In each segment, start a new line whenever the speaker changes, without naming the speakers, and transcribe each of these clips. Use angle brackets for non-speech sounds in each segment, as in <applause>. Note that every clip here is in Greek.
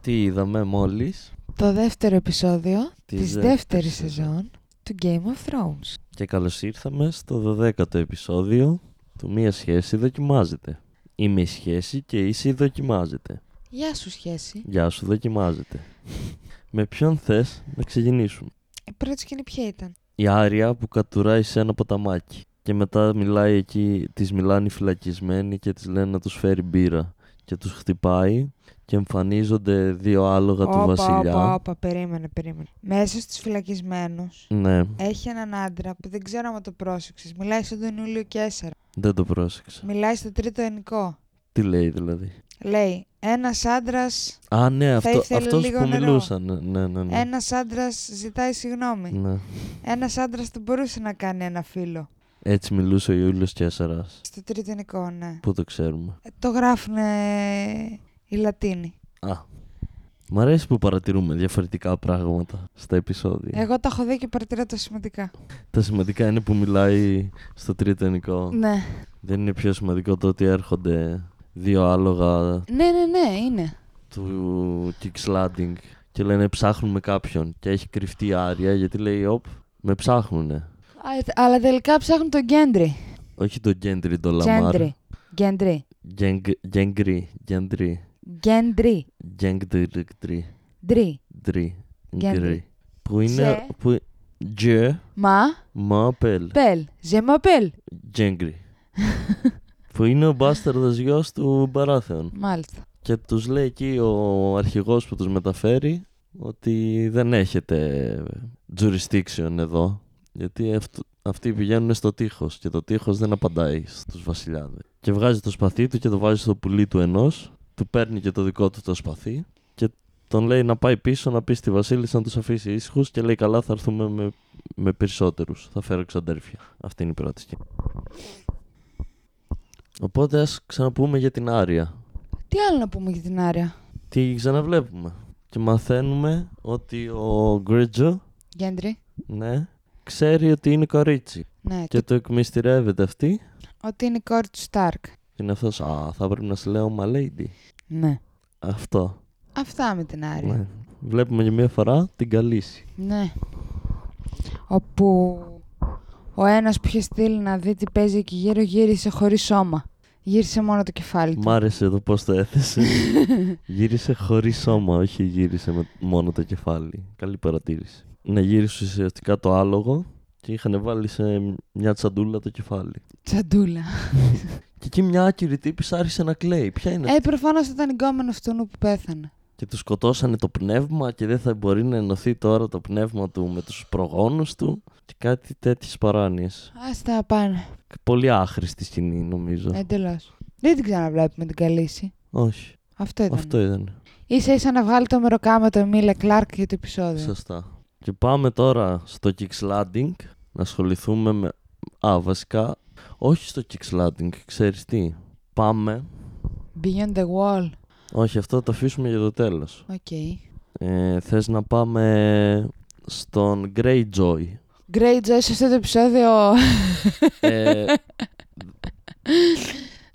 Τι είδαμε μόλις
Το δεύτερο επεισόδιο
Της
της, δεύτερης,
δεύτερης
σεζόν του Game of Thrones.
και καλώς ήρθαμε στο 12ο επεισόδιο του Μία σχέση δοκιμάζεται. Είμαι η σχέση και είσαι η δοκιμάζεται.
Γεια σου σχέση.
Γεια σου δοκιμάζεται. Με ποιον θες να ξεκινήσουμε.
Η πρώτη σκηνή ποια ήταν.
Η Άρια που κατουράει σε ένα ποταμάκι και μετά μιλάει εκεί, τις μιλάνε οι φυλακισμένοι και τις λένε να τους φέρει μπύρα και τους χτυπάει και εμφανίζονται δύο άλογα του βασιλιά.
όπα, όπα, περίμενε, περίμενε. Μέσα στους φυλακισμένους
Ναι,
έχει έναν άντρα που δεν ξέρω αν το πρόσεξες. Μιλάει στον τον Ιούλιο Κέσσαρα.
δεν το πρόσεξα.
Μιλάει στο τρίτο ενικό.
Τι λέει δηλαδή.
Λέει, ένας άντρας,
Α, ναι, αυτό,
ήθελε
αυτός
λίγο
που
νερό.
μιλούσαν. Ναι, ναι, ναι. ναι.
ένας άντρας ζητάει συγγνώμη.
Ναι.
Ένας άντρας δεν μπορούσε να κάνει ένα φίλο.
Έτσι μιλούσε ο Ιούλιος Κέσσαρας.
Στο τρίτο ενικό, ναι.
Πού το ξέρουμε.
Ε, Το γράφουν ε, οι Λατίνοι.
Α, μ' αρέσει που παρατηρούμε διαφορετικά πράγματα στα επεισόδια.
Εγώ τα έχω δει και παρατηρώ τα σημαντικά.
Τα σημαντικά είναι που μιλάει στο τρίτο ενικό.
Ναι.
Δεν είναι πιο σημαντικό το ότι έρχονται δύο άλογα
Ναι, ναι, ναι, είναι.
του Kickslanding και λένε ψάχνουμε κάποιον και έχει κρυφτεί η Άρια γιατί λέει «Οπ, με ψάχνουνε».
ε, αλλά τελικά ψάχνουν τον Γκέντρι.
Όχι τον Γκέντρι, τον Λαμάρ.
Γκέντρι. Γκέντρι.
Γκέγκ- Γκέγκρι, Γκέντρι,
Γκέντρι.
Γκέγκρι,
Ντρι.
Ντρι.
Γκέντρι.
Γκρι. Που είναι.
Τζε.
Που... Τζε.
Μα.
Μαπέλ.
Πελ. Ζεμαπέλ.
Τζέγκρι. που είναι ο μπάσταρδος γιος του Μπαράθεων.
Μάλιστα.
Και τους λέει εκεί ο αρχηγός που τους μεταφέρει ότι δεν έχετε jurisdiction εδώ. Γιατί αυτο- αυτοί πηγαίνουν στο τείχος και το τείχος δεν απαντάει στους βασιλιάδες. Και βγάζει το σπαθί του και το βάζει στο πουλί του ενός, του παίρνει και το δικό του το σπαθί και τον λέει να πάει πίσω να πει στη βασίλισσα να τους αφήσει ήσυχους και λέει καλά θα έρθουμε με, με περισσότερους, θα φέρω ξαντέρφια. Αυτή είναι η πρώτη σκηνή. Οπότε ας ξαναπούμε για την Άρια
Τι άλλο να πούμε για την Άρια.
τη ξαναβλέπουμε. Και μαθαίνουμε ότι ο Γκρίτζο,
Γκέντρι.
ναι, ξέρει ότι είναι κορίτσι.
Ναι.
Και
Και...
το εκμυστηρεύεται αυτή.
Ότι είναι η κόρη του Σταρκ.
Και είναι αυτός, α, θα πρέπει να σε λέω my lady.
Ναι.
Αυτό.
Αυτά με την Άρια. Ναι.
Ναι. Βλέπουμε για μία φορά την καλύση.
Όπου ο ένας που είχε στείλει να δει τι παίζει εκεί γύρω γύρισε χωρίς σώμα. Γύρισε μόνο το κεφάλι του.
Μ' άρεσε το πώς το έθεσε. γύρισε χωρίς σώμα, όχι γύρισε με μόνο το κεφάλι. Καλή παρατήρηση. Ναι, γύρισε ουσιαστικά το άλογο και είχαν βάλει σε μια τσαντούλα το κεφάλι.
Τσαντούλα.
Και εκεί μια άκυρη τύπης άρχισε να κλαίει. Ποια είναι
Ε, προφανώς ήταν εγκόμενο του νου που πέθανε.
και τους σκοτώσανε το πνεύμα και δεν θα μπορεί να ενωθεί τώρα το πνεύμα του με τους προγόνους του και κάτι τέτοιες παράνοιες.
Α τα πάνε.
Πολύ άχρηστη σκηνή νομίζω.
Εντελώς. Δεν την ξαναβλέπουμε την καλύση.
Όχι,
Αυτό ήταν.
αυτό ήταν.
σα ίσα να βγάλει το μεροκάματο Εμίλια Κλάρκ για το επεισόδιο.
Σωστά. Και πάμε τώρα στο Kickslanding να ασχοληθούμε με... Α, βασικά, όχι στο Kickslanding, ξέρεις τι. Πάμε.
Beyond the wall.
Όχι, αυτό το αφήσουμε για το τέλος.
Οκ.
Ε, θες να πάμε στον Greyjoy.
Great Joy σε αυτό το επεισόδιο.
Ε,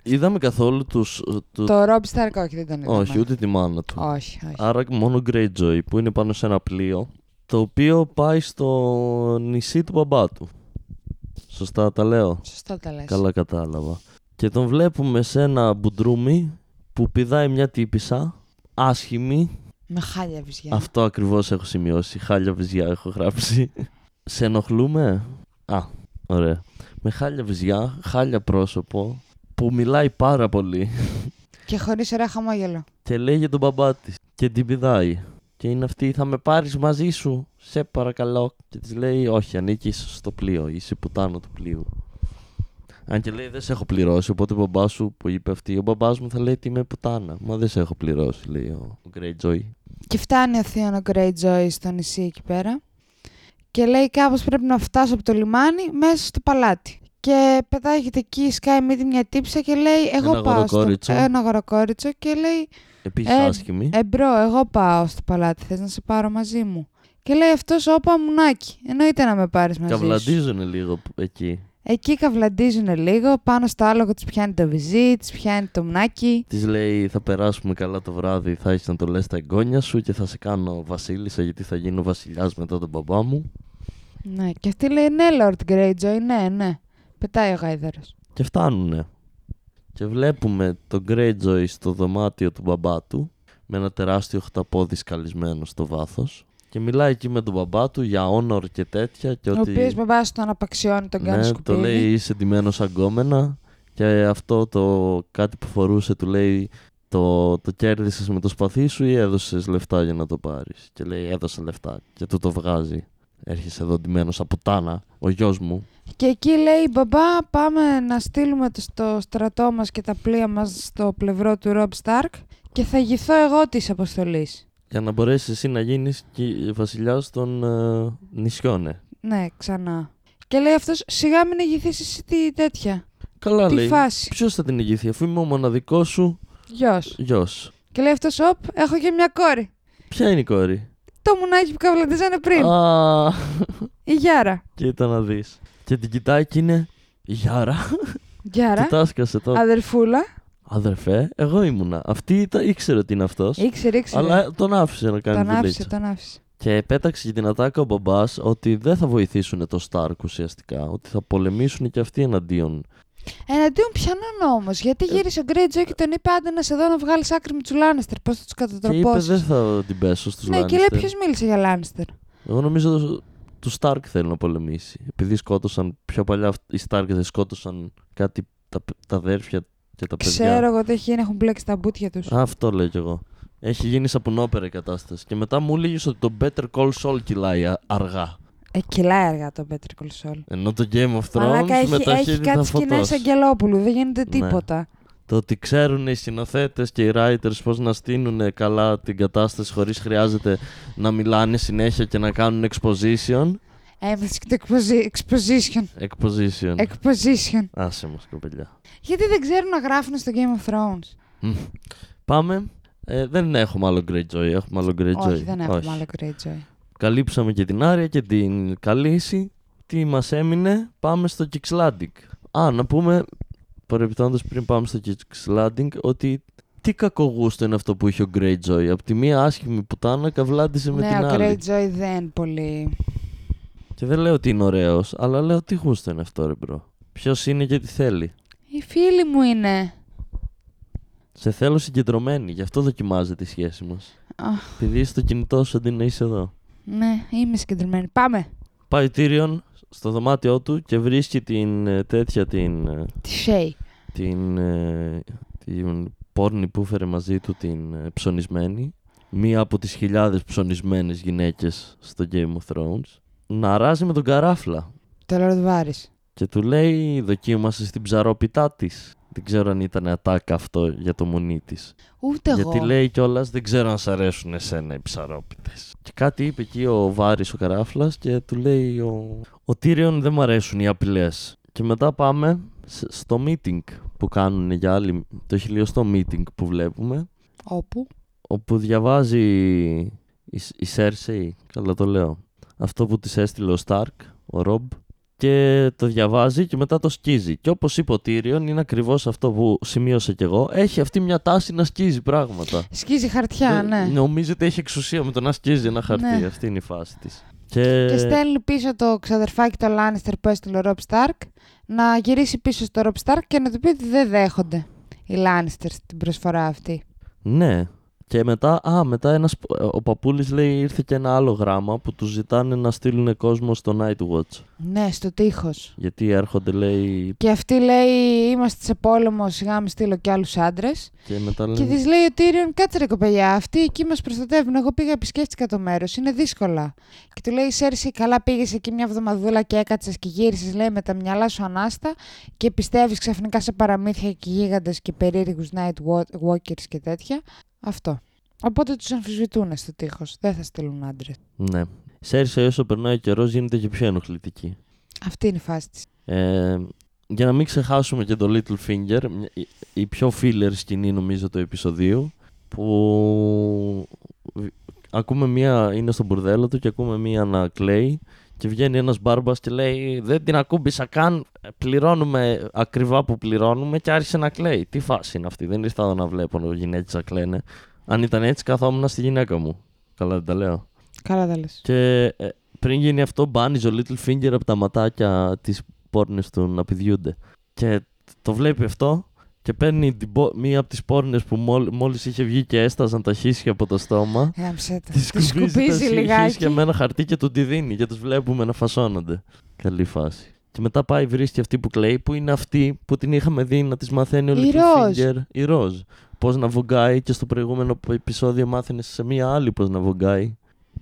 είδαμε καθόλου τους... του-
το Rob Stark, όχι, δεν τον είδα.
όχι, ούτε τη μάνα του.
Όχι, όχι.
Άρα μόνο Greyjoy που είναι πάνω σε ένα πλοίο το οποίο πάει στο νησί του μπαμπά του. Σωστά τα λέω.
Σωστά τα λες.
Καλά κατάλαβα. Και τον βλέπουμε σε ένα μπουντρούμι που πηδάει μια τύπησα άσχημη.
Με χάλια βυζιά.
Αυτό ακριβώς έχω σημειώσει. Χάλια βυζιά έχω γράψει. σε ενοχλούμε. Α, ωραία. Με χάλια βυζιά, χάλια πρόσωπο που μιλάει πάρα πολύ.
Και χωρίς ωραίο χαμόγελο.
και λέει για τον μπαμπά της και την πηδάει. Και είναι αυτή, θα με πάρεις μαζί σου, σε παρακαλώ. Και της λέει, Όχι, ανήκει στο πλοίο, είσαι πουτάνο του πλοίου. Αν και λέει, Δεν σε έχω πληρώσει. Οπότε ο μπαμπάς σου που είπε αυτή, ο μπαμπάς μου θα λέει ότι είμαι πουτάνα. Μα δεν σε έχω πληρώσει, λέει ο ο Greyjoy.
Και φτάνει ο Θείον ο Greyjoy στο νησί εκεί πέρα και λέει κάπως πρέπει να φτάσω από το λιμάνι μέσα στο παλάτι. Και πετάγεται εκεί, σκάει μύτη μια τύψα και λέει εγώ
Ένα
πάω στο...
αγοροκόριτσο.
Ένα αγοροκόριτσο και λέει
Επίσης
Ε,
άσχημη.
εμπρό εγώ πάω στο παλάτι, θες να σε πάρω μαζί μου. Και λέει αυτός όπα μουνάκι, εννοείται να με πάρεις μαζί σου.
Καβλαντίζουν λίγο π- εκεί.
Εκεί καυλαντίζουν λίγο, πάνω στο άλογο της πιάνει το βυζί, της πιάνει το μνάκι.
Της λέει: Θα περάσουμε καλά το βράδυ, θα έχεις να το λες τα εγγόνια σου και θα σε κάνω Βασίλισσα, γιατί θα γίνω Βασιλιάς μετά τον μπαμπά μου.
Ναι, και αυτή λέει: Ναι, Lord Greyjoy, ναι, ναι. Πετάει ο γάιδαρος.
Και φτάνουνε. Και βλέπουμε τον Greyjoy στο δωμάτιο του μπαμπά του με ένα τεράστιο χταπόδι σκαλισμένο στο βάθος και μιλάει εκεί με τον μπαμπά του για honor και τέτοια και
Ο
ότι
οποίος μπαμπάς τον απαξιώνει, τον κάνει
ναι, το
σκουπίδι.
λέει είσαι ντυμένος σαν γκόμενα και αυτό το κάτι που φορούσε του λέει το, το κέρδισες με το σπαθί σου ή έδωσες λεφτά για να το πάρεις και λέει έδωσα λεφτά και του το βγάζει έρχεσαι εδώ ντυμένος από τάνα ο γιος μου
Και εκεί λέει: Μπαμπά, πάμε να στείλουμε το, στο στρατό μας και τα πλοία μας στο πλευρό του Ρομπ Σταρκ και θα γηθώ εγώ της αποστολής.
για να μπορέσεις εσύ να γίνεις κυ- βασιλιάς των ε, νησιών ε.
Ναι, ξανά. Και λέει αυτός: Σιγά μην ηγηθείς εσύ τη τέτοια.
Καλά
τη
λέει.
φάση.
Ποιος θα την ηγηθεί, αφού είμαι ο μοναδικός σου
Γιος.
γιος.
Και λέει αυτός: Οπ, έχω και μια κόρη.
Ποια είναι η κόρη.
Το μουνάκι που καβλαντίζανε πριν.
Α, <laughs>
Η Γιάρα.
κοίτα να δεις. Και την κοιτάει και είναι. Γιάρα,
Γιάρα,
κοιτάσκασε τώρα.
αδερφούλα.
Αδερφέ, εγώ ήμουνα. Αυτή ήταν, ήξερε ότι είναι αυτός.
Ήξερε, ήξερε.
Αλλά τον άφησε να κάνει
τον άφησε,
δουλίτσα.
τον άφησε.
Και πέταξε για την ατάκα ο μπαμπάς ότι δεν θα βοηθήσουν το Σταρκ ουσιαστικά. Ότι θα πολεμήσουν και αυτοί εναντίον.
Εναντίον πιανών όμως,
Ε.
γιατί γύρισε ο Greyjoy και τον είπε: Άντε να σε δω να βγάλεις άκρη με τους Λάνεστερ, πώς θα τους
Και είπε δεν
κατατροπώσει.
θα την πέσω στους
Ναι, και λέει: Ποιος μίλησε για Λάνεστερ.
Εγώ νομίζω το- του Σταρκ θέλει να πολεμήσει. Επειδή σκότωσαν πιο παλιά αυτ- οι Σταρκ δεν σκότωσαν κάτι τα, π- τα αδέρφια και τα παιδιά.
Ξέρω εγώ τι έχει γίνει, έχουν μπλέξει τα μπουτια τους.
Α, αυτό λέω κι εγώ. Έχει γίνει σαπουνόπερα η κατάσταση. Και μετά μου έλεγες ότι το Better Call Saul κυλάει α- αργά.
Ε, κυλάει αργά το Better Call Saul.
Ενώ το Game of Thrones
Μαλάκα έχει, έχει
μεταχύει τα
κάτι σκηνές
φωτός.
Αγγελόπουλου, δεν γίνεται
Ναι.
τίποτα.
Το ότι ξέρουν οι σκηνοθέτες και οι writers πώς να στείλουν καλά την κατάσταση χωρίς χρειάζεται να μιλάνε συνέχεια και να κάνουν exposition.
Έμεινε και το exposi- exposition.
Exposition.
Exposition.
Άσε μας κοπελιά.
Γιατί δεν ξέρουν να γράφουν στο Game of Thrones.
Μμ. Πάμε. Ε, δεν έχουμε άλλο Greyjoy. Έχουμε άλλο Greyjoy.
Όχι, δεν έχουμε άλλο Greyjoy.
Καλύψαμε και την Άρια και την Καλύση. Τι μας έμεινε, πάμε στο Kickslanding. Α, να πούμε, παρεμπιπτόντως πριν πάμε στο Kickslanding, ότι τι κακογούστο είναι αυτό που είχε ο Greyjoy. Από τη μία άσχημη πουτάνα καβλάντισε με
Ναι,
την
ο
άλλη.
Greyjoy δεν πολύ.
Και δεν λέω ότι είναι ωραίος, αλλά λέω τι γούστο είναι αυτό ρε μπρο. Ποιος είναι και τι θέλει.
Οι φίλοι μου είναι.
Σε θέλω συγκεντρωμένη, γι' αυτό δοκιμάζεται η σχέση μας.
Αχ,
Επειδή είσαι στο κινητό σου αντί να είσαι εδώ.
ναι, είμαι συγκεντρωμένη. Πάμε.
Πάει ο Tyrion στο δωμάτιό του και βρίσκει την ε, τέτοια την, ε,
Τη Σέι.
την, ε, την πόρνη που έφερε μαζί του την ε, ψωνισμένη. Μία από τις χιλιάδες ψωνισμένες γυναίκες στο Game of Thrones. Να ράζει με τον καράφλα
Το Lord Varys.
και του λέει δοκίμασες την ψαρόπιτά της. Δεν ξέρω αν ήταν ατάκα αυτό για το μονί της.
Ούτε εγώ.
Γιατί λέει κιόλας δεν ξέρω αν σ' αρέσουν εσένα οι ψαρόπιτες. Και κάτι είπε εκεί ο Βάρης ο Καράφλας και του λέει ο, ο Τύριον δεν μ' αρέσουν οι απειλές. Και μετά πάμε σ- στο meeting που κάνουν για άλλη, το χιλιοστό meeting που βλέπουμε,
Όπου.
όπου διαβάζει η, Σ- η Σέρσεϊ, καλά το λέω, αυτό που της έστειλε ο Σταρκ, ο Ρομπ, και το διαβάζει και μετά το σκίζει. Και όπως είπε ο Τύριον, είναι ακριβώς αυτό που σημείωσα κι εγώ, έχει αυτή μια τάση να σκίζει πράγματα.
Σκίζει χαρτιά,
Ε,
ναι.
Νομίζω ότι έχει εξουσία με το να σκίζει ένα χαρτί.
Ναι.
Αυτή είναι η φάση της. Και...
Και στέλνει πίσω το ξαδερφάκι το Λάνιστερ που έστειλε ο Ρομπ Σταρκ να γυρίσει πίσω στο Ρομπ Σταρκ και να του πει ότι δεν δέχονται οι Λάνιστερ την προσφορά αυτή.
Ναι. Και μετά, α, μετά ένας, ο παππούλης λέει ήρθε και ένα άλλο γράμμα που τους ζητάνε να στείλουν κόσμο στο Night Watch.
Ναι, στο τείχος.
Γιατί έρχονται, λέει,
Και αυτή λέει: Είμαστε σε πόλεμο, σιγά μην στείλω κι άλλους άντρες.
και μετά λένε...
Και της λέει ο Τύριον, κάτσε ρε κοπελιά, αυτοί εκεί μας προστατεύουν. Εγώ πήγα, επισκέφτηκα το μέρος, είναι δύσκολα. Και του λέει η Σέρση, καλά πήγες εκεί μια εβδομαδούλα και έκατσες και γύρισες, λέει με τα μυαλά σου ανάστα και πιστεύεις ξαφνικά σε παραμύθια και γίγαντες και περίεργους night wa- walkers και τέτοια. Αυτό. Οπότε τους αμφισβητούν στο τείχος. Δεν θα στείλουν άντρε.
Ναι. Σέρσε όσο περνάει ο καιρός γίνεται και πιο ενοχλητική.
Αυτή είναι η φάση της.
Ε, για να μην ξεχάσουμε και το Little Finger, μια- η, η πιο filler σκηνή νομίζω του επεισοδίου, που β- ακούμε μία, είναι στο μπουρδέλο του και ακούμε μία να κλαίει Και βγαίνει ένας μπάρμπας και λέει: Δεν την ακούμπησα καν. Πληρώνουμε ακριβά που πληρώνουμε και άρχισε να κλαίει. Τι φάση είναι αυτή. Δεν ήρθα εδώ να βλέπω γυναίκε να κλαίνε. Αν ήταν έτσι, καθόμουν στη γυναίκα μου. Καλά, δεν τα λέω.
Καλά τα λες.
Και ε, πριν γίνει αυτό, μπάνιζε ο Little Finger από τα ματάκια της πόρνε του να πηδιούνται. Και το βλέπει αυτό και παίρνει την πο- μία από τις πόρνες που μόλι μόλις είχε βγει και έσταζαν τα χίσια από το
<laughs>
στόμα.
Γάμισε το.
Τη
Τη σκουπίζει λιγάκι.
και με ένα χαρτί και του τη δίνει και τους βλέπουμε να φασώνονται. Καλή φάση. Και μετά πάει βρίσκει αυτή που κλαίει, που είναι αυτή που την είχαμε δει να της μαθαίνει ο
Η Ροζ.
Littlefinger. Η Ροζ. Πώς να βογκάει και στο προηγούμενο επεισόδιο μάθαινε σε μία άλλη πώς να βογκάει.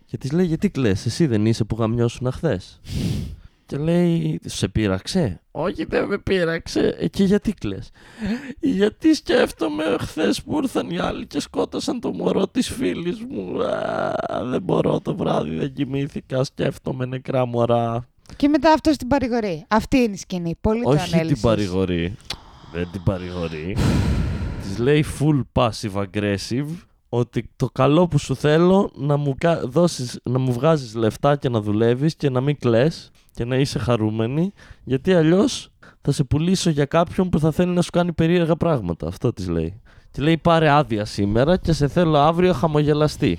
Και τη λέει: Γιατί κλαις, εσύ δεν είσαι που γαμιώσουν χθε.
<laughs>
Και λέει, σε πείραξε. Όχι, δεν με πείραξε. Ε, Και γιατί κλαις. «Ε, Γιατί σκέφτομαι χθες που ήρθαν οι άλλοι και σκότωσαν το μωρό της φίλης μου. Α, δεν μπορώ το βράδυ, δεν κοιμήθηκα. Σκέφτομαι νεκρά μωρά.
Και μετά αυτό την παρηγορεί. Αυτή είναι η σκηνή. Πολύ το
Όχι την
ανέλυσες.
παρηγορεί. Δεν την παρηγορεί. Της λέει full passive aggressive ότι το καλό που σου θέλω να μου, κα- δώσεις, να μου βγάζεις λεφτά και να δουλεύεις και να μην κλαις και να είσαι χαρούμενη γιατί αλλιώς θα σε πουλήσω για κάποιον που θα θέλει να σου κάνει περίεργα πράγματα. Αυτό της λέει. Τη λέει πάρε άδεια σήμερα και σε θέλω αύριο χαμογελαστή.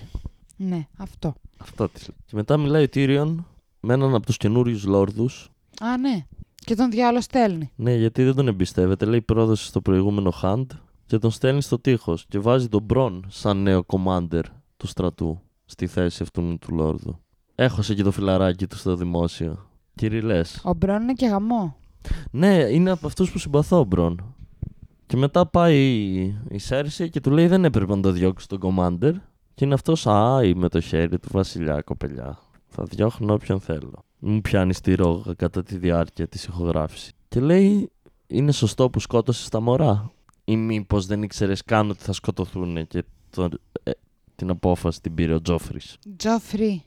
Ναι, αυτό.
Αυτό της λέει. Και μετά μιλάει ο Tyrion με έναν από τους καινούριου λόρδους
Α, ναι. Και τον διάλογο στέλνει.
Ναι, γιατί δεν τον εμπιστεύεται. Λέει πρόδωσε στο προηγούμενο Hunt και τον στέλνει στο τείχος και βάζει τον Μπρον σαν νέο commander του στρατού στη θέση αυτού του Λόρδου. Έχωσε και το φιλαράκι του στο δημόσιο. Κυριλέ.
Ο Μπρόν είναι και γαμό.
Ναι, είναι από αυτούς που συμπαθώ ο Μπρον. Και μετά πάει η Σέρση και του λέει δεν έπρεπε να το διώξει τον commander. Και είναι αυτός αάι με το χέρι του βασιλιά κοπελιά. Θα διώχνω όποιον θέλω. Μου πιάνεις τη ρόγα κατά τη διάρκεια της ηχογράφησης. Και λέει, Είναι σωστό που σκότωσες τα μωρά. Ή μήπως δεν ήξερες καν ότι θα σκοτωθούν και το, ε, την απόφαση την πήρε ο Τζόφρι.
Τζόφρι.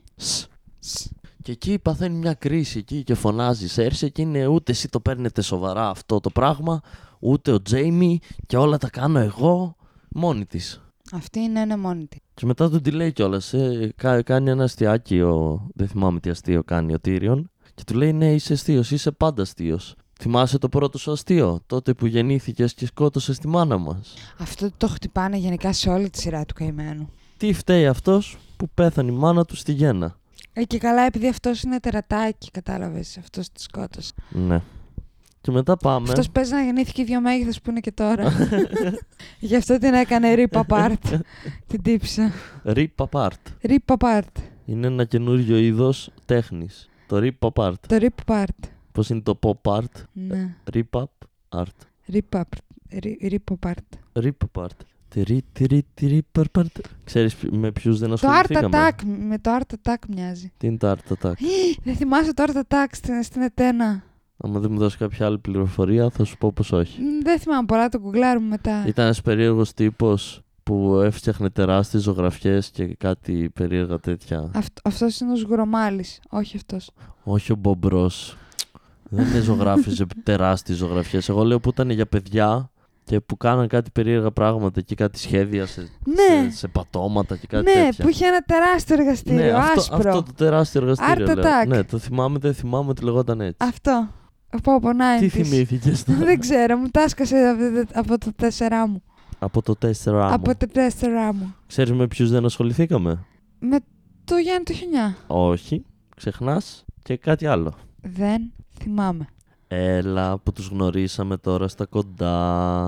Και εκεί παθαίνει μια κρίση εκεί και φωνάζεις Σέρσε και είναι ούτε εσύ το παίρνετε σοβαρά αυτό το πράγμα, ούτε ο Τζέιμι και όλα τα κάνω εγώ μόνη της.
Αυτή είναι ένα μόνη της.
Και μετά του τη λέει κιόλας. Ε, κα- κάνει ένα αστείακι ο. Δεν θυμάμαι τι αστείο κάνει ο Τύριον. Και του λέει: Ναι, είσαι αστείος, είσαι πάντα αστείος. Θυμάσαι το πρώτο σου αστείο, τότε που γεννήθηκες και σκότωσες τη μάνα μας.
Αυτό το χτυπάνε γενικά σε όλη τη σειρά του καημένου.
Τι φταίει αυτός που πέθανε η μάνα του στη γέννα.
Ε, και καλά, επειδή αυτός είναι τερατάκι, κατάλαβες. Αυτός τη σκότωσε.
Ναι. Και μετά πάμε.
Αυτός παίζει να γεννήθηκε δύο μέγεθος που είναι και τώρα.
<laughs>
Γι' αυτό την έκανε rip apart. την τύψα.
Rip apart.
Rip apart.
Είναι ένα καινούριο είδος τέχνης. Το rip apart.
Το rip apart.
Πώς είναι το pop art.
Ναι.
Rip up art.
Rip apart. Rip rip apart.
Rip apart. Τυρί, τυρί, τυρί, παρ, παρ. Ξέρεις ποι- με ποιους δεν
Το Art
ασχοληθήκαμε.
Attack. Με το Art Attack μοιάζει. <gasps>
Τι είναι το Art Attack.
Δεν θυμάσαι το Art Attack στην, στην Ετένα.
Άμα δεν μου δώσεις κάποια άλλη πληροφορία, θα σου πω πως όχι.
Μ, Δεν θυμάμαι πολλά, το γκουγκλάρουμε μετά.
Ήταν ένας περίεργος τύπος που έφτιαχνε τεράστιες ζωγραφιές και κάτι περίεργα τέτοια.
Αυτ- αυτός είναι ο Σγουρομάλης, όχι αυτός.
όχι ο Μπομπρός. δεν ζωγράφιζε
<laughs>
τεράστιες ζωγραφιές. Εγώ λέω που ήταν για παιδιά και που κάναν κάτι περίεργα πράγματα και κάτι σχέδια σε,
Ναι,
σε, σε πατώματα και κάτι
ναι
τέτοια.
που είχε ένα τεράστιο εργαστήριο,
ναι, αυτό,
άσπρο.
αυτό το τεράστιο εργαστήριο.
Art
λέω.
Attack.
Ναι, το θυμάμαι, δεν θυμάμαι ότι λεγόταν έτσι.
Αυτό. Από από 90's.
Τι θυμήθηκε
Δεν ξέρω, μου τάσκασε από- από το τέσσερά μου.
από το 4
Από το τέσσερά μου.
Ξέρεις με ποιους δεν ασχοληθήκαμε.
Με το Γιάννη το Χιονιά.
Όχι, ξεχνάς και κάτι άλλο.
Δεν θυμάμαι.
Έλα που τους γνωρίσαμε τώρα στα κοντά.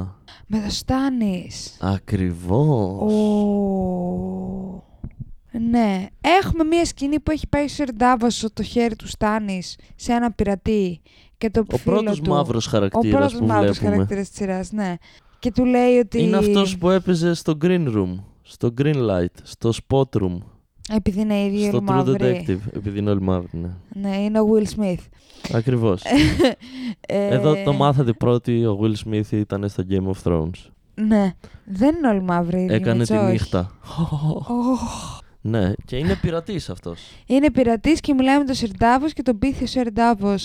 Με το Στάνης.
Ακριβώς.
Ο... Ναι. Έχουμε μία σκηνή που έχει πάει ο Σερ Ντάβας το χέρι του Στάνης σε ένα πειρατή και το
Ο
φίλο
πρώτος
του.
μαύρος
ο
χαρακτήρας
πρώτος
που
μαύρος
βλέπουμε.
χαρακτήρας της σειράς, ναι. Και του λέει ότι...
Είναι αυτός που έπαιζε στο Green Room, στο Green Light, στο Spot Room,
Επειδή είναι ήδη
στο
όλοι
True
μαύροι.
Detective, επειδή είναι όλοι μαύροι, ναι.
Ναι, είναι ο Will Smith.
Ακριβώς.
Ε,
<laughs> Εδώ το μάθατε πρώτοι, ο Will Smith ήταν στο Game of Thrones.
Ναι. Δεν είναι όλοι μαύροι. οι
Έκανε τη
Ματσόχοι.
νύχτα.
Οχ.
Ναι, και είναι πειρατής αυτός.
Είναι πειρατής και μιλάει με τον Σερντάβο και τον πείθει ο Σερντάβο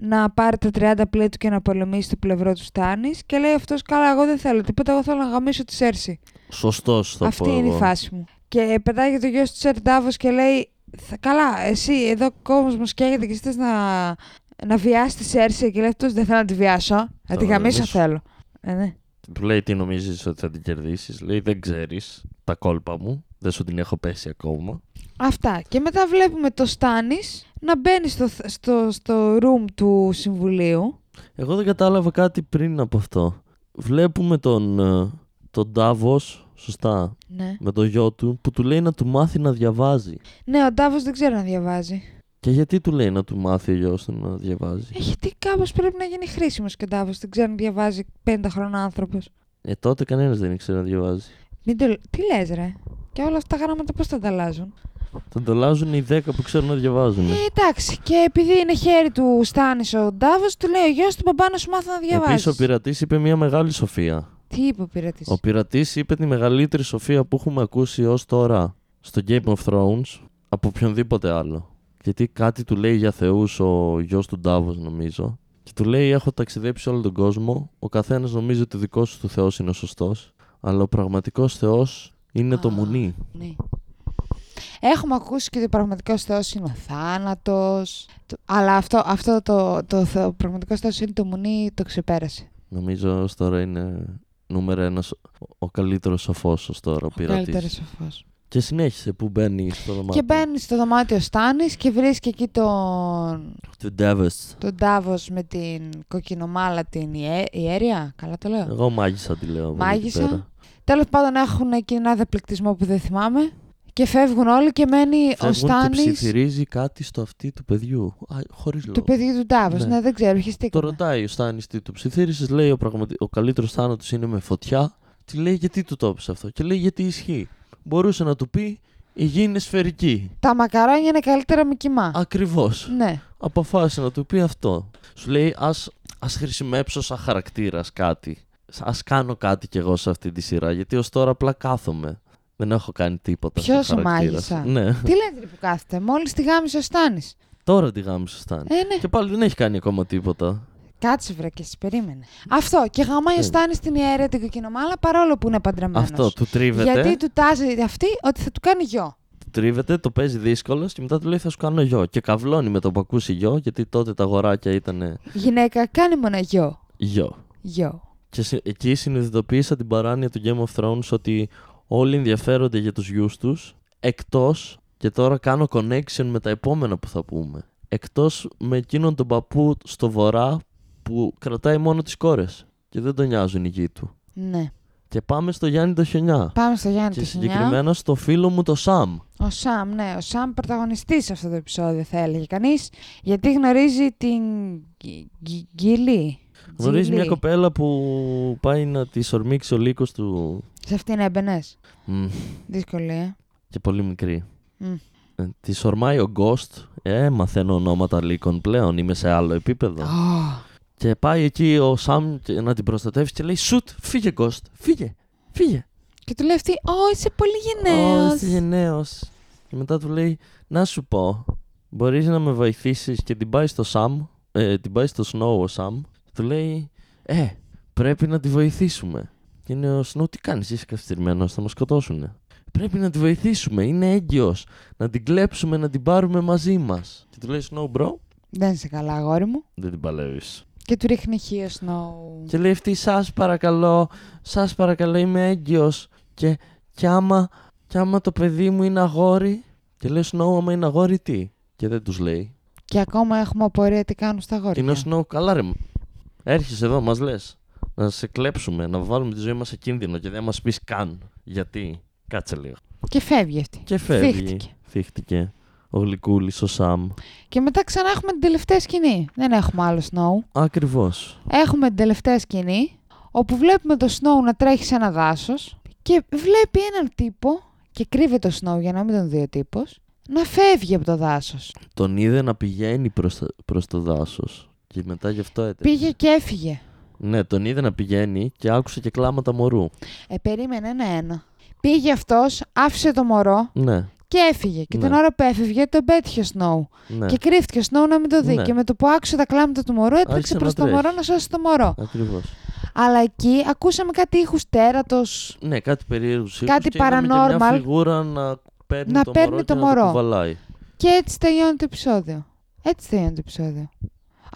να πάρει τα 30 πλέ του και να πολεμήσει το πλευρό του Στάνης. Και λέει αυτός: Καλά, εγώ δεν θέλω τίποτα. Εγώ θέλω να γαμίσω τη Σέρση.
Σωστός θα
Αυτή
πω
είναι
εγώ.
η φάση μου. Και πετάει το γιο του Σερντάβο και λέει: Θα- Καλά, εσύ εδώ κόσμο μου σκέγεται και εσύ θες να, να βιάσει τη Σέρση και λέει αυτός δεν θέλω να τη βιάσω. Να τη
Θα
γαμίσω
γαμίσω.
θέλω. Ε, ναι.
Του λέει τι νομίζεις ότι θα την κερδίσεις. Λέει δεν ξέρεις τα κόλπα μου. Δεν σου την έχω πέσει ακόμα.
Αυτά. Και μετά βλέπουμε το Στάνης να μπαίνει στο, θ- στο, στο room του συμβουλίου.
Εγώ δεν κατάλαβα κάτι πριν από αυτό. Βλέπουμε τον, ε, τον Davos, σωστά,
Ναι.
με το γιο του, που του λέει να του μάθει να διαβάζει.
Ναι, ο Ντάβος δεν ξέρω να διαβάζει.
Και γιατί του λέει να του μάθει ο γιος του να διαβάζει.
Ε, γιατί κάπως πρέπει να γίνει χρήσιμος και ο Ντάβος. Δεν ξέρω να διαβάζει 50 χρόνια άνθρωπος.
Ε, τότε κανένας δεν ήξερε να διαβάζει.
Μην το... Τι λες ρε. Και όλα αυτά τα γράμματα πώς τα ανταλλάζουν.
Τον τολάζουν οι 10 που ξέρουν να διαβάζουν.
Ε, εντάξει. Και επειδή είναι χέρι του Στάνης ο Ντάβος, του λέει ο γιος του μπαμπά να σου μάθει να διαβάζει.
Επίσης, ο πειρατής είπε μια μεγάλη σοφία.
Τι είπε ο πειρατής.
Ο πειρατής είπε τη μεγαλύτερη σοφία που έχουμε ακούσει ως τώρα στο Game of Thrones από οποιονδήποτε άλλο. Γιατί κάτι του λέει για θεούς ο γιος του Ντάβος, νομίζω. Και του λέει: Έχω ταξιδέψει όλο τον κόσμο. Ο καθένας νομίζει ότι ο δικός του θεός είναι ο σωστός. Αλλά ο πραγματικός θεός είναι το
Α.
μουνί.
Ναι. Έχουμε ακούσει και ότι ο πραγματικός Θεός είναι ο θάνατος. Αλλά αυτό, αυτό το, το, θε- ο πραγματικός Θεός είναι το μουνί, το ξεπέρασε.
Νομίζω ως τώρα είναι νούμερο ένας ο καλύτερος σοφός ως τώρα ο
Καλύτερο
πειρατή.
σοφός.
Και συνέχισε που μπαίνει στο δωμάτιο.
Και μπαίνει στο δωμάτιο Στάνης και βρίσκει εκεί τον,
Του Ντέβες.
τον Ντάβος με την κοκκινομάλα την ιέ- ιέρεια. Καλά το λέω.
Εγώ μάγισσα τη λέω. από εκεί
Μάγισσα. Ε,
πέρα.
Τέλος πάντων έχουν εκεί ένα δεπληκτισμό που δεν θυμάμαι. Και φεύγουν όλοι και μένει ο
Φεύγουν και
Στάνης
ψιθυρίζει κάτι στο αυτί του παιδιού. Χωρί λόγο.
του παιδιού του Ντάβο. Ναι.
Ναι.
δεν ξέρω,
Το
χεστήκαμε.
ρωτάει ο Στάνης τι του ψιθύρισες. Λέει ο, πραγματι... ο καλύτερος θάνατος είναι με φωτιά. Τη λέει γιατί του το έπεισε αυτό. Και λέει γιατί ισχύει. Μπορούσε να του πει η γη είναι σφαιρική.
Τα μακαρόνια είναι καλύτερα με κοιμά.
Ακριβώς.
Ναι.
Αποφάσισε να του πει αυτό. Σου λέει ας, ας χρησιμεύσω σαν χαρακτήρας κάτι. Ας κάνω κάτι κι εγώ σε αυτή τη σειρά. Γιατί ως τώρα απλά κάθομαι. Δεν έχω κάνει τίποτα.
Ποιος
σαν
σου
χαρακτήρας.
μάγισσα?
Ναι.
Τι λέτε ρε, που κάθεται, μόλις τη γάμισε ο Στάνης.
Τώρα τη γάμισε ο Στάνης.
Ε, ναι.
Και πάλι δεν έχει κάνει ακόμα τίποτα.
Κάτσε βρε και εσύ, περίμενε. Αυτό. Και γαμάει ο
Ε.
Στάνης την ιερέα την κοκκινομάλα παρόλο που είναι παντρεμένος.
Αυτό του τρίβεται,
Γιατί του τάζει αυτή ότι θα του κάνει γιο.
του τρίβεται, το παίζει δύσκολος και μετά του λέει θα σου κάνω γιο. Και καυλώνει με το που ακούσει γιο, γιατί τότε τα αγοράκια ήταν
Γυναίκα, κάνει μόνο γιο.
γιο.
Γιο.
Και συ- εκεί συνειδητοποίησα την παράνοια του Game of Thrones ότι όλοι ενδιαφέρονται για τους γιους τους, εκτός, και τώρα κάνω connection με τα επόμενα που θα πούμε, εκτός με εκείνον τον παππού στο βορρά που κρατάει μόνο τις κόρες και δεν τον νοιάζουν οι γη του.
Ναι.
Και πάμε στο Γιάννη το Χιονιά.
Πάμε στο Γιάννη
Και
του Χινιά.
συγκεκριμένα στο φίλο μου το Σαμ.
Ο Σαμ, ναι. Ο Σαμ πρωταγωνιστής σε αυτό το επεισόδιο, θα έλεγε κανείς. Γιατί γνωρίζει την. Γκυ- Γκυ- Γκυλή.
Γνωρίζει μια
Γκυλή.
κοπέλα που πάει να τη ορμήξει ο λύκος του.
Σε αυτήν έμπαινε.
Μμμ,
Δύσκολη, ε.
και πολύ μικρή.
Μμ.
Ε, Τη ορμάει ο Ghost. Ε, μαθαίνω ονόματα λύκων πλέον. Είμαι σε άλλο επίπεδο.
Ω,
Και πάει εκεί ο Σαμ και- να την προστατεύσει και λέει: Σουτ, φύγε Ghost, φύγε, φύγε.
Και του λέει αυτή, Ω, είσαι πολύ
Ω,
γενναίο.
είσαι γενναίος». Και μετά του λέει: Να σου πω, μπορείς να με βοηθήσεις. Και την πάει στο Σαμ, ε, την πάει στο Snow ο Σαμ. Του λέει: Ε, πρέπει να τη βοηθήσουμε. Και είναι ο Snow, τι κάνεις, είσαι καυστηρμένο, θα μας σκοτώσουνε. Πρέπει να τη βοηθήσουμε, είναι έγκυος. Να την κλέψουμε, να την πάρουμε μαζί μας. Και του λέει: Snow, bro,
Δεν είσαι καλά, αγόρι μου.
δεν την παλεύεις.
Και του ρίχνει χείο Snow.
Και λέει αυτή, σας παρακαλώ, σας παρακαλώ είμαι έγκυος και, και, άμα, και άμα το παιδί μου είναι αγόρι και λέει Snow άμα είναι αγόρι τι και δεν τους λέει.
Και ακόμα έχουμε απορία τι κάνουν στα αγόρια.
Είναι ο Snow καλά ρε, έρχεσαι εδώ μας λες να σε κλέψουμε, να βάλουμε τη ζωή μας σε κίνδυνο και δεν μας πεις καν γιατί, κάτσε λίγο.
Και φεύγει αυτή.
Και φεύγει,
Θύχτηκε.
Θύχτηκε. ο Γλυκούλης, ο Σαμ,
Και μετά ξανά έχουμε την τελευταία σκηνή. Δεν έχουμε άλλο Snow.
ακριβώς.
Έχουμε την τελευταία σκηνή όπου βλέπουμε το Snow να τρέχει σε ένα δάσος και βλέπει έναν τύπο και κρύβει το Snow για να μην τον δει ο τύπος να φεύγει από το δάσος.
Τον είδε να πηγαίνει προς, τα- προς το δάσος και μετά γι' αυτό έτρεξε.
Πήγε και έφυγε.
Ναι, τον είδε να πηγαίνει και άκουσε και κλάματα μωρού.
Ε, περίμενε ένα-ένα. Πήγε αυτός, άφησε το μωρό
Ναι,
και έφυγε. Και
Ναι.
την ώρα που έφευγε, τον πέτυχε ο Snow.
ναι.
Και κρύφτηκε ο Snow να μην το δει.
Ναι.
Και με το που άκουσε τα κλάματα του μωρού,
Άρχισε
έτρεξε
να
προς το
τρέχει.
μωρό να σώσει το μωρό.
Ακριβώς.
Αλλά εκεί ακούσαμε κάτι ήχους τέρατος.
Ναι, κάτι περίεργους
Κάτι
και είδαμε και
paranormal.
μια φιγούρα να παίρνει
Να
το
παίρνει
μωρό
το
και να
μωρό.
το κουβαλάει.
Και έτσι τελειώνει το επεισόδιο. Έτσι τελειώνει το επεισόδιο.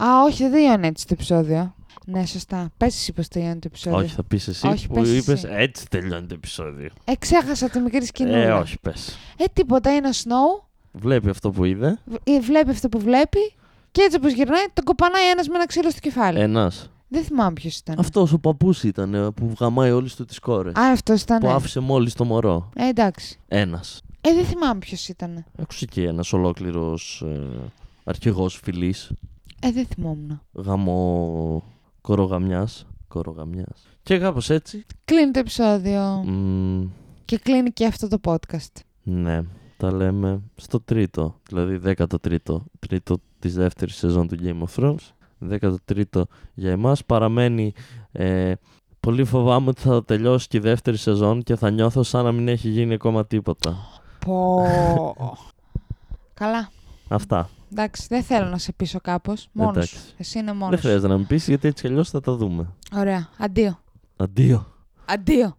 Α, όχι, δεν τελειώνει έτσι το επεισόδιο. Ναι, σωστά. Πες εσύ πώς τελειώνει το επεισόδιο.
Όχι, θα πεις εσύ
Όχι,
που
πες εσύ.
είπες έτσι τελειώνει το επεισόδιο.
Εξέχασα Ε, τη μικρή σκηνή.
Ε, όχι, πες.
Ε, τίποτα. Είναι ο Snow,
Βλέπει αυτό που είδε.
β- ε, βλέπει αυτό που βλέπει και έτσι όπως γυρνάει, τον κοπανάει ένας με ένα ξύλο στο κεφάλι.
Ένας.
Δεν θυμάμαι ποιος ήταν.
Ε. Αυτός ο παππούς ήταν ε, που γαμάει όλες του τις κόρες.
Α, ναι. αυτός ήταν.
Που άφησε μόλις το μωρό.
Ε, εντάξει.
Ένας.
Ε, δεν θυμάμαι ποιος ήταν.
Άκουσε και ένας ολόκληρος ε, αρχηγός φυλή.
Ε, δεν θυμόμουν.
Γαμό κορογαμιάς. Κορογαμιάς. Και κάπως έτσι.
Κλείνει το επεισόδιο.
μ,
Και κλείνει και αυτό το podcast.
ναι, τα λέμε στο τρίτο. Δηλαδή 13ο. Τρίτο της δεύτερης σεζόν του Game of Thrones. 13ο για εμάς. Παραμένει. Ε, πολύ φοβάμαι ότι θα τελειώσει και η δεύτερη σεζόν και θα νιώθω σαν να μην έχει γίνει ακόμα τίποτα.
Πω.
<laughs>
Καλά.
Αυτά.
Εντάξει, δεν θέλω να σε πείσω κάπως. Μόνος.
Εντάξει.
Εσύ είναι
Δεν
μόνος.
χρειάζεται να μου πει γιατί έτσι κι αλλιώς θα τα δούμε.
Ωραία. Αντίο.
Αντίο.
Αντίο.